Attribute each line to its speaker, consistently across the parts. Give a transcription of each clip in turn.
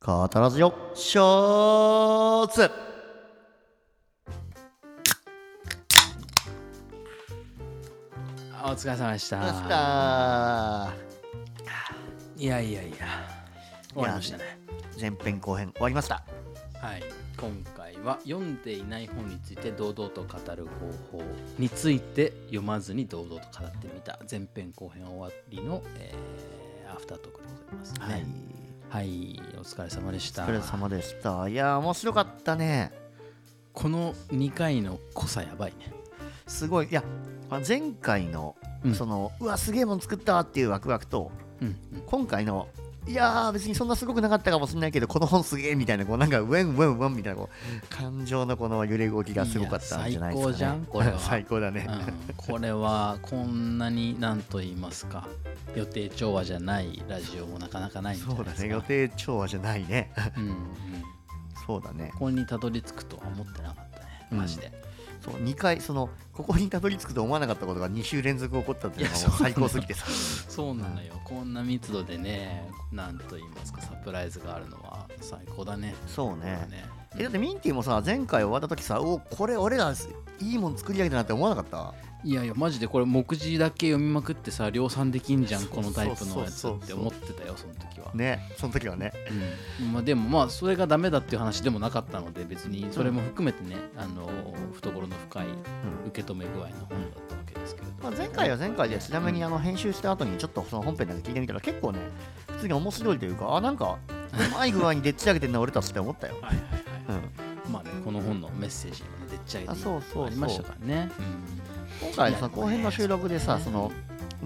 Speaker 1: 語らずよショーツ
Speaker 2: お疲れ様でした
Speaker 1: どうした
Speaker 2: いやいやいや終わりましたね
Speaker 1: 前編後編終わりました
Speaker 2: はい今回は読んでいない本について堂々と語る方法について読まずに堂々と語ってみた前編後編終わりの、えーアフタートークでございますね
Speaker 1: はい
Speaker 2: はい、お疲れ様でし
Speaker 1: お
Speaker 2: た
Speaker 1: 疲れ様でしたいやー面白かったね
Speaker 2: この2回の濃さやばいね
Speaker 1: すごいいや前回の、
Speaker 2: うん
Speaker 1: そのうわすげえもん作ったっていうワクワクと
Speaker 2: うんうん
Speaker 1: 今回のいやー別にそんなすごくなかったかもしれないけどこの本すげえみたいなこうなんかウェンウェンウェンみたいなこう感情のこの揺れ動きがすごかったんじゃないですか、ね、
Speaker 2: いや最高じゃんこれ は
Speaker 1: 最高だね、
Speaker 2: うんこれはこんなに何と言いますか予定調和じゃないラジオもなかなかないんじゃな
Speaker 1: そ
Speaker 2: いうで
Speaker 1: だ
Speaker 2: すか
Speaker 1: ね予定調和じゃないね
Speaker 2: うんうん、
Speaker 1: そうだね
Speaker 2: ここにたどり着くとは思ってなかったね
Speaker 1: うん
Speaker 2: マジで、
Speaker 1: そう2回そのここにたどり着くと思わなかったことが2週連続起こったっていうのが
Speaker 2: いや
Speaker 1: もう
Speaker 2: そう
Speaker 1: 最高すぎてさ
Speaker 2: そうなのよこんな密度でね何と言いますかサプライズがあるのは最高だね
Speaker 1: そうね
Speaker 2: こ
Speaker 1: えだ
Speaker 2: れは
Speaker 1: ってミンティもさ前回終わった時さおこれ俺らいいもん作り上げたなって思わなかった
Speaker 2: いやいやマジでこれ目次だけ読みまくってさ量産できんじゃん
Speaker 1: そう
Speaker 2: このタイプのやつ
Speaker 1: そうそうそ
Speaker 2: っ
Speaker 1: う
Speaker 2: て
Speaker 1: そう
Speaker 2: 思ってたよその時は、
Speaker 1: ねその時はね
Speaker 2: うんまあ、でもまあそれがダメだっていう話でもなかったので別にそれも含めてね、あの懐の深い受け止め具合の本だったわけですけれど、
Speaker 1: まあ、前回は前回でちなみにあの編集した後にちょっとその本編だけ聞いてみたら結構ね普通に面白いというかあなんかうまい具合にでっち上げてんな俺たちって思ったよ、
Speaker 2: はいはいはい
Speaker 1: うん、
Speaker 2: まあね、この本のメッセージにもねでっち上げて
Speaker 1: あそうそうそう
Speaker 2: ありましたからね。
Speaker 1: 今回さ後編の収録でさ
Speaker 2: ね
Speaker 1: その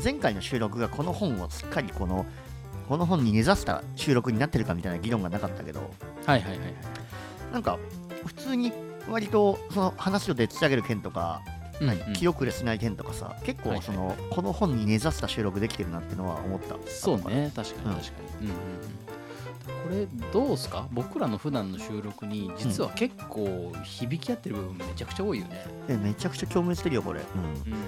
Speaker 1: 前回の収録がこの本をしっかりこのこの本に根ざした収録になってるかみたいな議論がなかったけど
Speaker 2: はいはいはいはい。
Speaker 1: なんか普通に割とその話をでっち上げる件とか、
Speaker 2: うんうん
Speaker 1: 記憶れしない件とかさ結構その、この本に根ざした収録できてるなってのは思った
Speaker 2: そうね、確か
Speaker 1: うん
Speaker 2: に確かに。うんうんうんこれどうっすか僕らの普段の収録に実は結構響き合ってる部分めちゃくちゃ多いよね。
Speaker 1: えめちゃくちゃ共鳴してるよこれ、うん、
Speaker 2: うん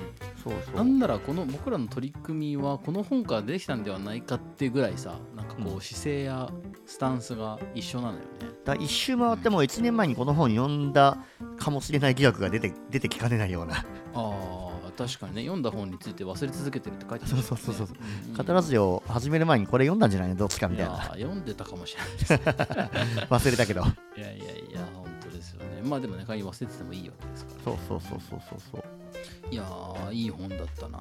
Speaker 1: そうそ
Speaker 2: な
Speaker 1: うん
Speaker 2: ならこの僕らの取り組みはこの本からできたんではないかっていうぐらいさなんかこ
Speaker 1: う
Speaker 2: う姿勢やスタンスが一緒なのよね。
Speaker 1: だから一周回っても1年前にこの本読んだかもしれない疑惑が出て出てきかねないような
Speaker 2: ああ確かにね読んだ本について忘れ続けてるって書いてあ
Speaker 1: そ
Speaker 2: る、
Speaker 1: うそうそうそう
Speaker 2: うん
Speaker 1: 語らずよ始める前にこれ読んだんじゃないのどっちかみ
Speaker 2: い
Speaker 1: たい
Speaker 2: や
Speaker 1: な
Speaker 2: 読んでたかもしれない
Speaker 1: 忘れたけど
Speaker 2: いやいやいや、本当ですよね。まあでもね、鍵忘れててもいいわけですから。
Speaker 1: そうそうそうそうそうそう
Speaker 2: いやー、いい本だったな。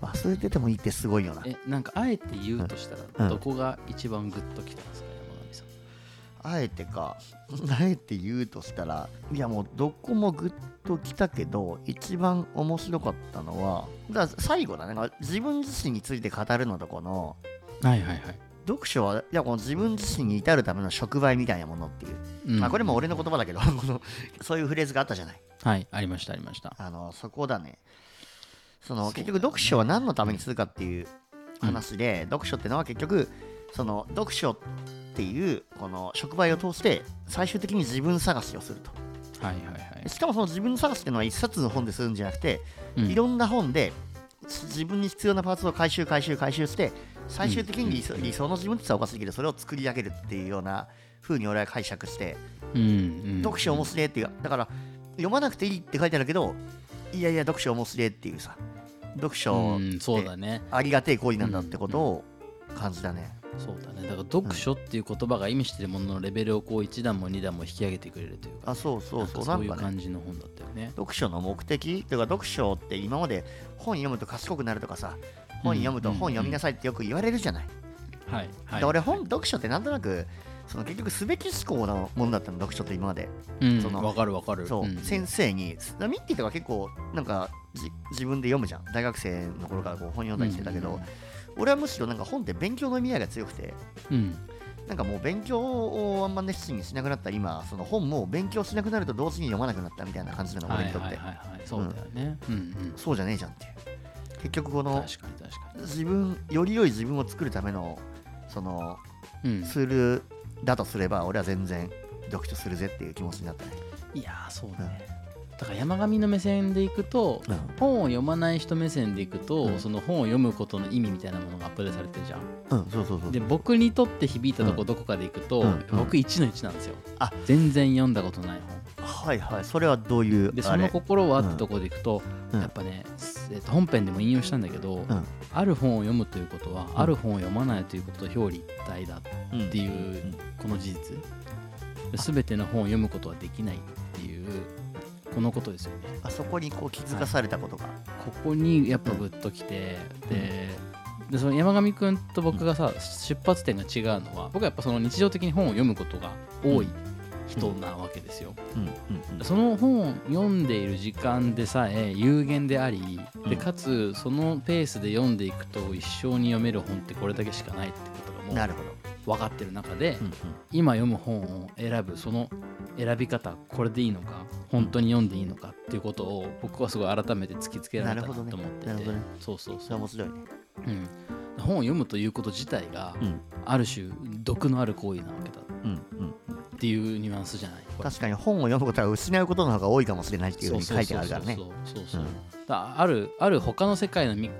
Speaker 1: 忘れててもいいってすごいよな
Speaker 2: え、なんかあえて言うとした
Speaker 1: うん
Speaker 2: ら、どこが一番グッときたんですかね、山上さん。
Speaker 1: あえてか あえて言うとしたらいやもうどこもグッときたけど一番面白かったのはだから最後だねなんか自分自身について語るのとこの
Speaker 2: はいはいはい。
Speaker 1: 読書はいやこの自分自身に至るための触媒みたいなものっていう、
Speaker 2: うん、
Speaker 1: まあこれも俺の言葉だけど このそういうフレーズがあったじゃない
Speaker 2: はい、ありました、ありました。
Speaker 1: あのそこだねその
Speaker 2: そうだね
Speaker 1: 結局読書は何のためにするかっていう話で、読書ってのは結局その読書っていうこの触媒を通して最終的に自分探しをすると
Speaker 2: はいはいはい。
Speaker 1: しかもその自分探しっていうのは一冊の本でするんじゃなくて、
Speaker 2: うん
Speaker 1: いろんな本で自分に必要なパーツを回収回収回収して最終的に理想,、理想の自分って言ったらおかしいけどそれを作り上げるっていうような風に俺は解釈して、
Speaker 2: うんうん、
Speaker 1: 読書面白いっていうだから読まなくていいって書いてあるけどいやいや読書面白いっていうさ読書
Speaker 2: うん、そうだね。
Speaker 1: ありがてえ行為なんだってことを感じたね、
Speaker 2: そうだね。だから、読書っていう言葉が意味してるもののレベルをこう、1段も2段も引き上げてくれるというか、
Speaker 1: あそうそうそうなん
Speaker 2: なかそうんいう
Speaker 1: かね
Speaker 2: 感じの本だったよね。
Speaker 1: 読書の目的というか読書って今まで本読むと賢くなるとかさ本読むと
Speaker 2: うん
Speaker 1: 本読みなさいってよく言われるじゃない、
Speaker 2: はい。はい、
Speaker 1: で俺本読書ってなんとなくその結局すべき思考のものだったの読書って今まで
Speaker 2: うん、
Speaker 1: その
Speaker 2: わかるわかる。
Speaker 1: そう、
Speaker 2: ん
Speaker 1: 先生にだミッキーとか結構なんかじ自分で読むじゃん大学生の頃からこう本読んだりしてたけど、俺はむしろなんか本って勉強の意味合いが強くて
Speaker 2: うん、
Speaker 1: なんかもう勉強をあんま熱心にしなくなった今その本も勉強しなくなると同時に読まなくなったみたいな感じなの
Speaker 2: は
Speaker 1: 俺
Speaker 2: い
Speaker 1: にとって、
Speaker 2: はいはいはい、そうだよね。うんうん。
Speaker 1: そうじゃねえじゃんっていう結局この
Speaker 2: 確かに確か
Speaker 1: 自分より良い自分を作るためのその
Speaker 2: に。うん、
Speaker 1: ツールだとすれば俺は全然読書するぜっていう気持ちになったね
Speaker 2: いやーそうね。だから山上の目線でいくと
Speaker 1: うん
Speaker 2: 本を読まない人目線でいくと、
Speaker 1: うん
Speaker 2: その本を読むことの意味みたいなものがアップデートされてるじゃん
Speaker 1: うん、そうそうそう
Speaker 2: で僕にとって響いたとこどこかでいくと、
Speaker 1: うん
Speaker 2: 僕1の1なんですよ、
Speaker 1: あ
Speaker 2: 全然読んだことない
Speaker 1: はいはいそれはどういう
Speaker 2: 本で
Speaker 1: あ
Speaker 2: その
Speaker 1: れ
Speaker 2: 心はってとこでいくと、
Speaker 1: うん
Speaker 2: やっぱね、すえっと本編でも引用したんだけど、
Speaker 1: うん
Speaker 2: ある本を読むということは、
Speaker 1: ん
Speaker 2: ある本を読まないということと表裏一体だ
Speaker 1: うん
Speaker 2: っていうこの事実全ての本を読むことはできないっていうこのことですよね
Speaker 1: あそこにこう気づかされたことが、
Speaker 2: ここにやっぱグッときて、ででその山上くんと僕がさ、出発点が違うのは僕はやっぱその日常的に本を読むことが多い人なわけですよ、
Speaker 1: うんうんうん
Speaker 2: その本を読んでいる時間でさえ有限でありでかつそのペースで読んでいくと一生に読める本ってこれだけしかないってこと
Speaker 1: な
Speaker 2: が
Speaker 1: る
Speaker 2: も
Speaker 1: ほど、
Speaker 2: う分かってる中で、
Speaker 1: うんうん
Speaker 2: 今読む本を選ぶその選び方これでいいのか本当に読んでいいのかっていうことを僕はすごい改めて突きつけられたなと思ってて、
Speaker 1: なるほどねなるほどね
Speaker 2: そうそう
Speaker 1: そ
Speaker 2: そ
Speaker 1: れ
Speaker 2: う
Speaker 1: は面白いね
Speaker 2: うん、本を読むということ自体が、
Speaker 1: うん
Speaker 2: ある種毒のある行為なわけだっ
Speaker 1: うんうん
Speaker 2: ていうニュアンスじゃないこれ
Speaker 1: 確かに本を読むことは失うことの方が多いかもしれないっていうふうに書いてあるからね
Speaker 2: そうそうそうそうそうそう
Speaker 1: うん
Speaker 2: だあるある他の世界の見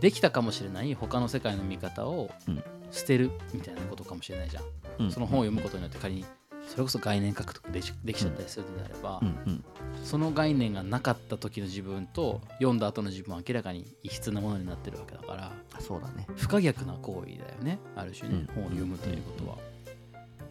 Speaker 2: できたかもしれない他の世界の見方を
Speaker 1: うん
Speaker 2: 捨てるみたいなことかもしれないじゃん、
Speaker 1: うん
Speaker 2: その本を読むことによって仮にそれこそ概念獲得できできちゃったりするのであれば、
Speaker 1: うんうん
Speaker 2: その概念がなかった時の自分と読んだ後の自分は明らかに異質なものになってるわけだから
Speaker 1: あそうだね
Speaker 2: 不可逆な行為だよねある種ね、
Speaker 1: うん
Speaker 2: 本を読むということは、だ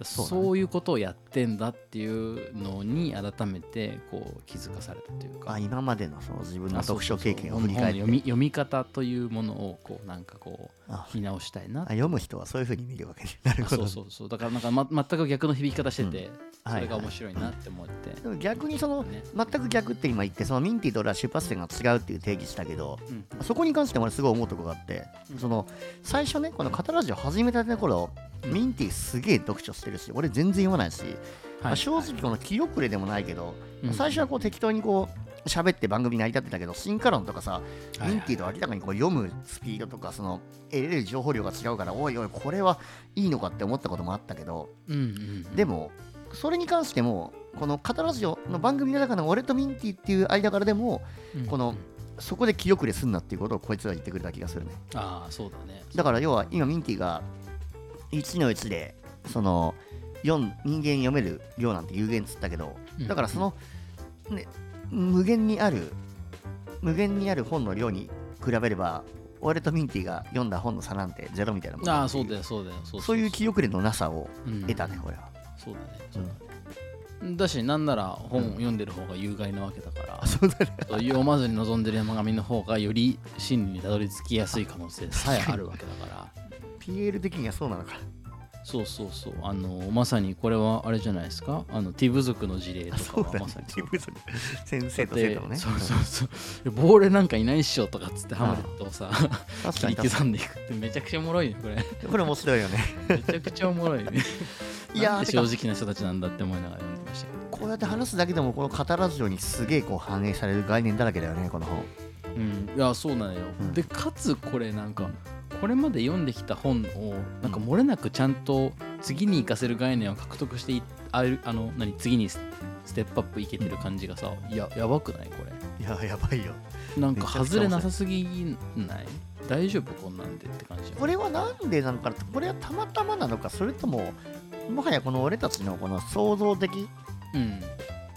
Speaker 1: そうだね
Speaker 2: そういうことをやってんだっていうのに改めてこう気づかされたというか
Speaker 1: あ今までのその自分の
Speaker 2: あそう
Speaker 1: 読書経験を
Speaker 2: そ
Speaker 1: 振
Speaker 2: う
Speaker 1: り返っ
Speaker 2: 本
Speaker 1: て
Speaker 2: の読み読み方というものをこうなんかこ
Speaker 1: あ
Speaker 2: う見直したいな
Speaker 1: あ読む人はそういうふうに見るわけねなるほ
Speaker 2: そ
Speaker 1: ど
Speaker 2: うそうそうだからなんか、ま、全く逆の響き方してて、
Speaker 1: はい
Speaker 2: それが面白いなって思って、
Speaker 1: でも逆にその
Speaker 2: ね
Speaker 1: 全く逆って今言ってそのミンティと俺は出発点が違うっていう定義したけど
Speaker 2: うん
Speaker 1: そこに関しても俺すごい思うとこがあって
Speaker 2: うん
Speaker 1: その最初ねこのカタラジオ始めたての頃
Speaker 2: うん
Speaker 1: ミンティすげえ読書してるし俺全然読まないしまあ正直この気遅れでもないけど
Speaker 2: うん
Speaker 1: 最初はこう適当にこう喋って番組成り立ってたけど進化論とかさ
Speaker 2: はい
Speaker 1: ミンティと明らかにこう読むスピードとかその得れる情報量が違うからおいおいこれはいいのかって思ったこともあったけど
Speaker 2: うんうんうん
Speaker 1: でもそれに関してもこの「カタラジオ」の番組の中の俺とミンティっていう間からでも
Speaker 2: うん
Speaker 1: このそこで気遅れすんなっていうことをこいつが言ってくれた気がするね
Speaker 2: ああそうだね
Speaker 1: だから要は今ミンティが1の1でその4人間読める量なんて有限っつったけど
Speaker 2: うん
Speaker 1: だからその、ね、無限にある無限にある本の量に比べれば俺とミンティが読んだ本の差なんてゼロみたいなもんっ
Speaker 2: あ
Speaker 1: てい
Speaker 2: あそうだよそうだよそう
Speaker 1: そういう気遅れのなさを
Speaker 2: うん
Speaker 1: 得たね俺は。
Speaker 2: そうだねそうだねだしなんなら本を読んでる方が有害なわけだから、
Speaker 1: そうだね
Speaker 2: そう読まずに望んでる山上の方がより真理にたどり着きやすい可能性さえあるわけだから
Speaker 1: PL 的にはそうなのか
Speaker 2: そうそうそうあのまさにこれはあれじゃないですかあのティ部族の事例とかはまさに
Speaker 1: 自分それ先生と
Speaker 2: で
Speaker 1: 生徒のね
Speaker 2: そうそうそういや亡霊なんかいないっしょとかっつってハマレットをさ
Speaker 1: 確
Speaker 2: 切
Speaker 1: か
Speaker 2: り
Speaker 1: に確
Speaker 2: 刻んでいくってめちゃくちゃおもろいねこれ
Speaker 1: かにこれ面白いよね
Speaker 2: めちゃくちゃおもろいね
Speaker 1: いやー
Speaker 2: なんで正直な人たちなんだって思いながら読んでましたけど
Speaker 1: こうやって話すだけでもこのカタラジオにすげえこう反映される概念だらけだよねこの本
Speaker 2: うん、いやそうなんよ、
Speaker 1: うん
Speaker 2: でかつこれなんかこれまで読んできた本をなんか漏れなくちゃんと次に活かせる概念を獲得していあるあの何次にスステップアップいけてる感じがさいややばくないこれ
Speaker 1: いややばいよ
Speaker 2: なんか
Speaker 1: めちゃくちゃ
Speaker 2: 外れなさすぎない大丈夫こんなんでって感じ
Speaker 1: これはなんでなんかこれはたまたまなのかそれとももはやこの俺たちのこの創造的
Speaker 2: うん、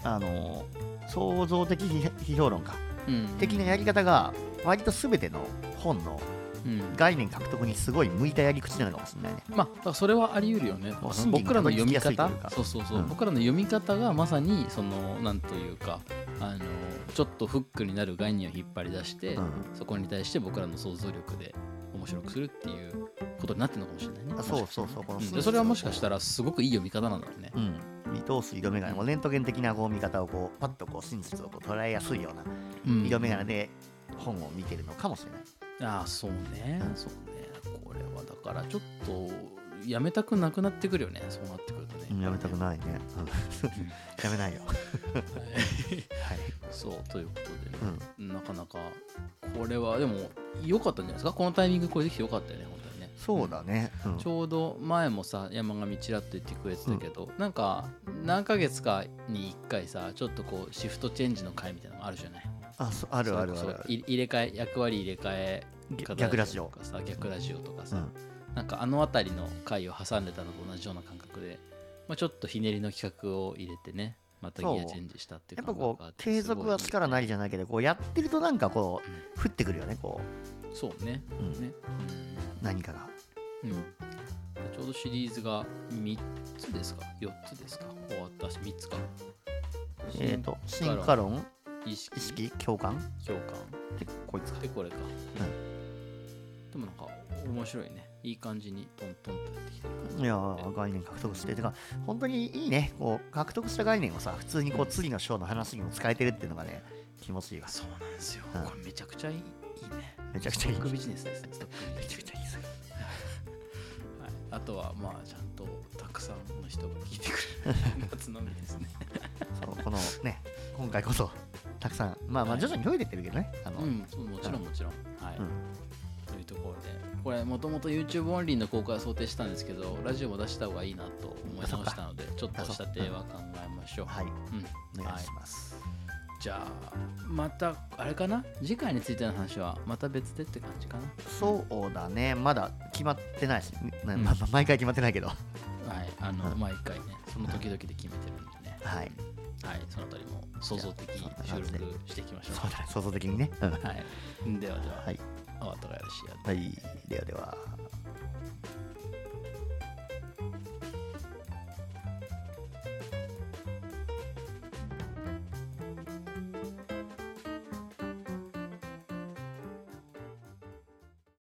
Speaker 1: あの創造的批批評論か
Speaker 2: うん、
Speaker 1: 的なやり方が割と全ての本の
Speaker 2: うん
Speaker 1: 概念獲得にすごい向いたやり口なのかもしれないね
Speaker 2: まあ、だからそれはあり得るよね
Speaker 1: もう真。理に
Speaker 2: 僕らの読み
Speaker 1: たどり着きや
Speaker 2: 方
Speaker 1: すいというか、
Speaker 2: そうそうそう、
Speaker 1: うん
Speaker 2: 僕らの読み方がまさにそのなんというかあのちょっとフックになる概念を引っ張り出して、
Speaker 1: うん
Speaker 2: そこに対して僕らの想像力で面白くするっていうことになってるのかもしれないね。
Speaker 1: あそうそうそうこの
Speaker 2: うんでそれはもしかしたらすごくいい読み方なんだろうね。
Speaker 1: うん見通す色眼鏡もうレントゲン的なこう見方をこうパッとこう真実をこう捉えやすいような
Speaker 2: うん
Speaker 1: 色眼鏡で本を見てるのかもしれない、
Speaker 2: ああそうね、
Speaker 1: うん
Speaker 2: そうねこれはだからちょっとやめたくなくなってくるよねそうなってくるとね。
Speaker 1: やめたくないね、やめない よはい、
Speaker 2: そうということでね。
Speaker 1: うん
Speaker 2: なかなかこれはでも良かったんじゃないですかこのタイミングこれできて良かったよね本当にね
Speaker 1: そうだね、うん
Speaker 2: ちょうど前もさ山上ちらっと言ってくれてたけど、なんか何ヶ月かに1回さちょっとこうシフトチェンジの回みたいなのもあるじゃない
Speaker 1: あそあるあるあ
Speaker 2: そ
Speaker 1: る
Speaker 2: れこ
Speaker 1: あ
Speaker 2: そ
Speaker 1: る
Speaker 2: い入れ替え役割入れ替え方
Speaker 1: 逆ラジオ
Speaker 2: とかさ逆ラジオとかさ、
Speaker 1: うん
Speaker 2: なんかあの辺りの回を挟んでたのと同じような感覚で、まあ、ちょっとひねりの企画を入れてねまたギアチェンジしたってい
Speaker 1: や
Speaker 2: う
Speaker 1: っぱ
Speaker 2: 感
Speaker 1: こ
Speaker 2: 覚があ
Speaker 1: う
Speaker 2: って
Speaker 1: 継続は
Speaker 2: すごい
Speaker 1: 力なりじゃないけどこうやってるとなんかこう降ってくるよねこ
Speaker 2: そうね
Speaker 1: う、うん
Speaker 2: ね
Speaker 1: 何かが
Speaker 2: うん、うんちょうどシリーズが3つですか4つですか終わったし3つか
Speaker 1: えっ、と進化論
Speaker 2: 意識
Speaker 1: 意識共感
Speaker 2: 共感
Speaker 1: でこいつか
Speaker 2: でこれか、でもなんか面白いねいい感じにトントンとやってきてる感じ
Speaker 1: いやー概念獲得しててか本当にいいねこう獲得した概念をさ普通にこう次の章の話にも使えてるっていうのがね気持ちいいわ
Speaker 2: そうなんですよ、
Speaker 1: うん
Speaker 2: これめちゃくちゃいいいいね
Speaker 1: めちゃく
Speaker 2: ス
Speaker 1: ち
Speaker 2: ト
Speaker 1: ゃいい
Speaker 2: ックビジネスですねストックビ
Speaker 1: め
Speaker 2: ジ
Speaker 1: ち
Speaker 2: ネ
Speaker 1: ゃ
Speaker 2: ス
Speaker 1: くちゃいいですよ
Speaker 2: はい、あとはまあちゃんとたくさんの人が聞いてくれる夏のみで すね
Speaker 1: そうこのね今回こそたくさんまあまあ
Speaker 2: はい
Speaker 1: 徐々に増えてってるけどねあの、
Speaker 2: うんそうもちろんもちろんはい、
Speaker 1: うん
Speaker 2: というところでこれもともと YouTube オンリーの公開を想定したんですけどラジオも出した方がいいなと思い直したのでちょっとした定は考えましょう
Speaker 1: はい
Speaker 2: うん
Speaker 1: お願い
Speaker 2: はい
Speaker 1: し、ます、
Speaker 2: じゃあまたあれかな次回についての話はまた別でって感じかな
Speaker 1: そうだねまだ決まってないし、ねまあ
Speaker 2: うん
Speaker 1: まあ毎回決まってないけど
Speaker 2: はいあの、
Speaker 1: うん
Speaker 2: 毎回ねその時々で決めてるんでね
Speaker 1: はい
Speaker 2: はいそのあたりも創造的
Speaker 1: じゃあ
Speaker 2: 収録していきましょ
Speaker 1: そうだね想像的にね、うん、
Speaker 2: うはいではでは
Speaker 1: はい
Speaker 2: お後がよろしいようで
Speaker 1: はいではでは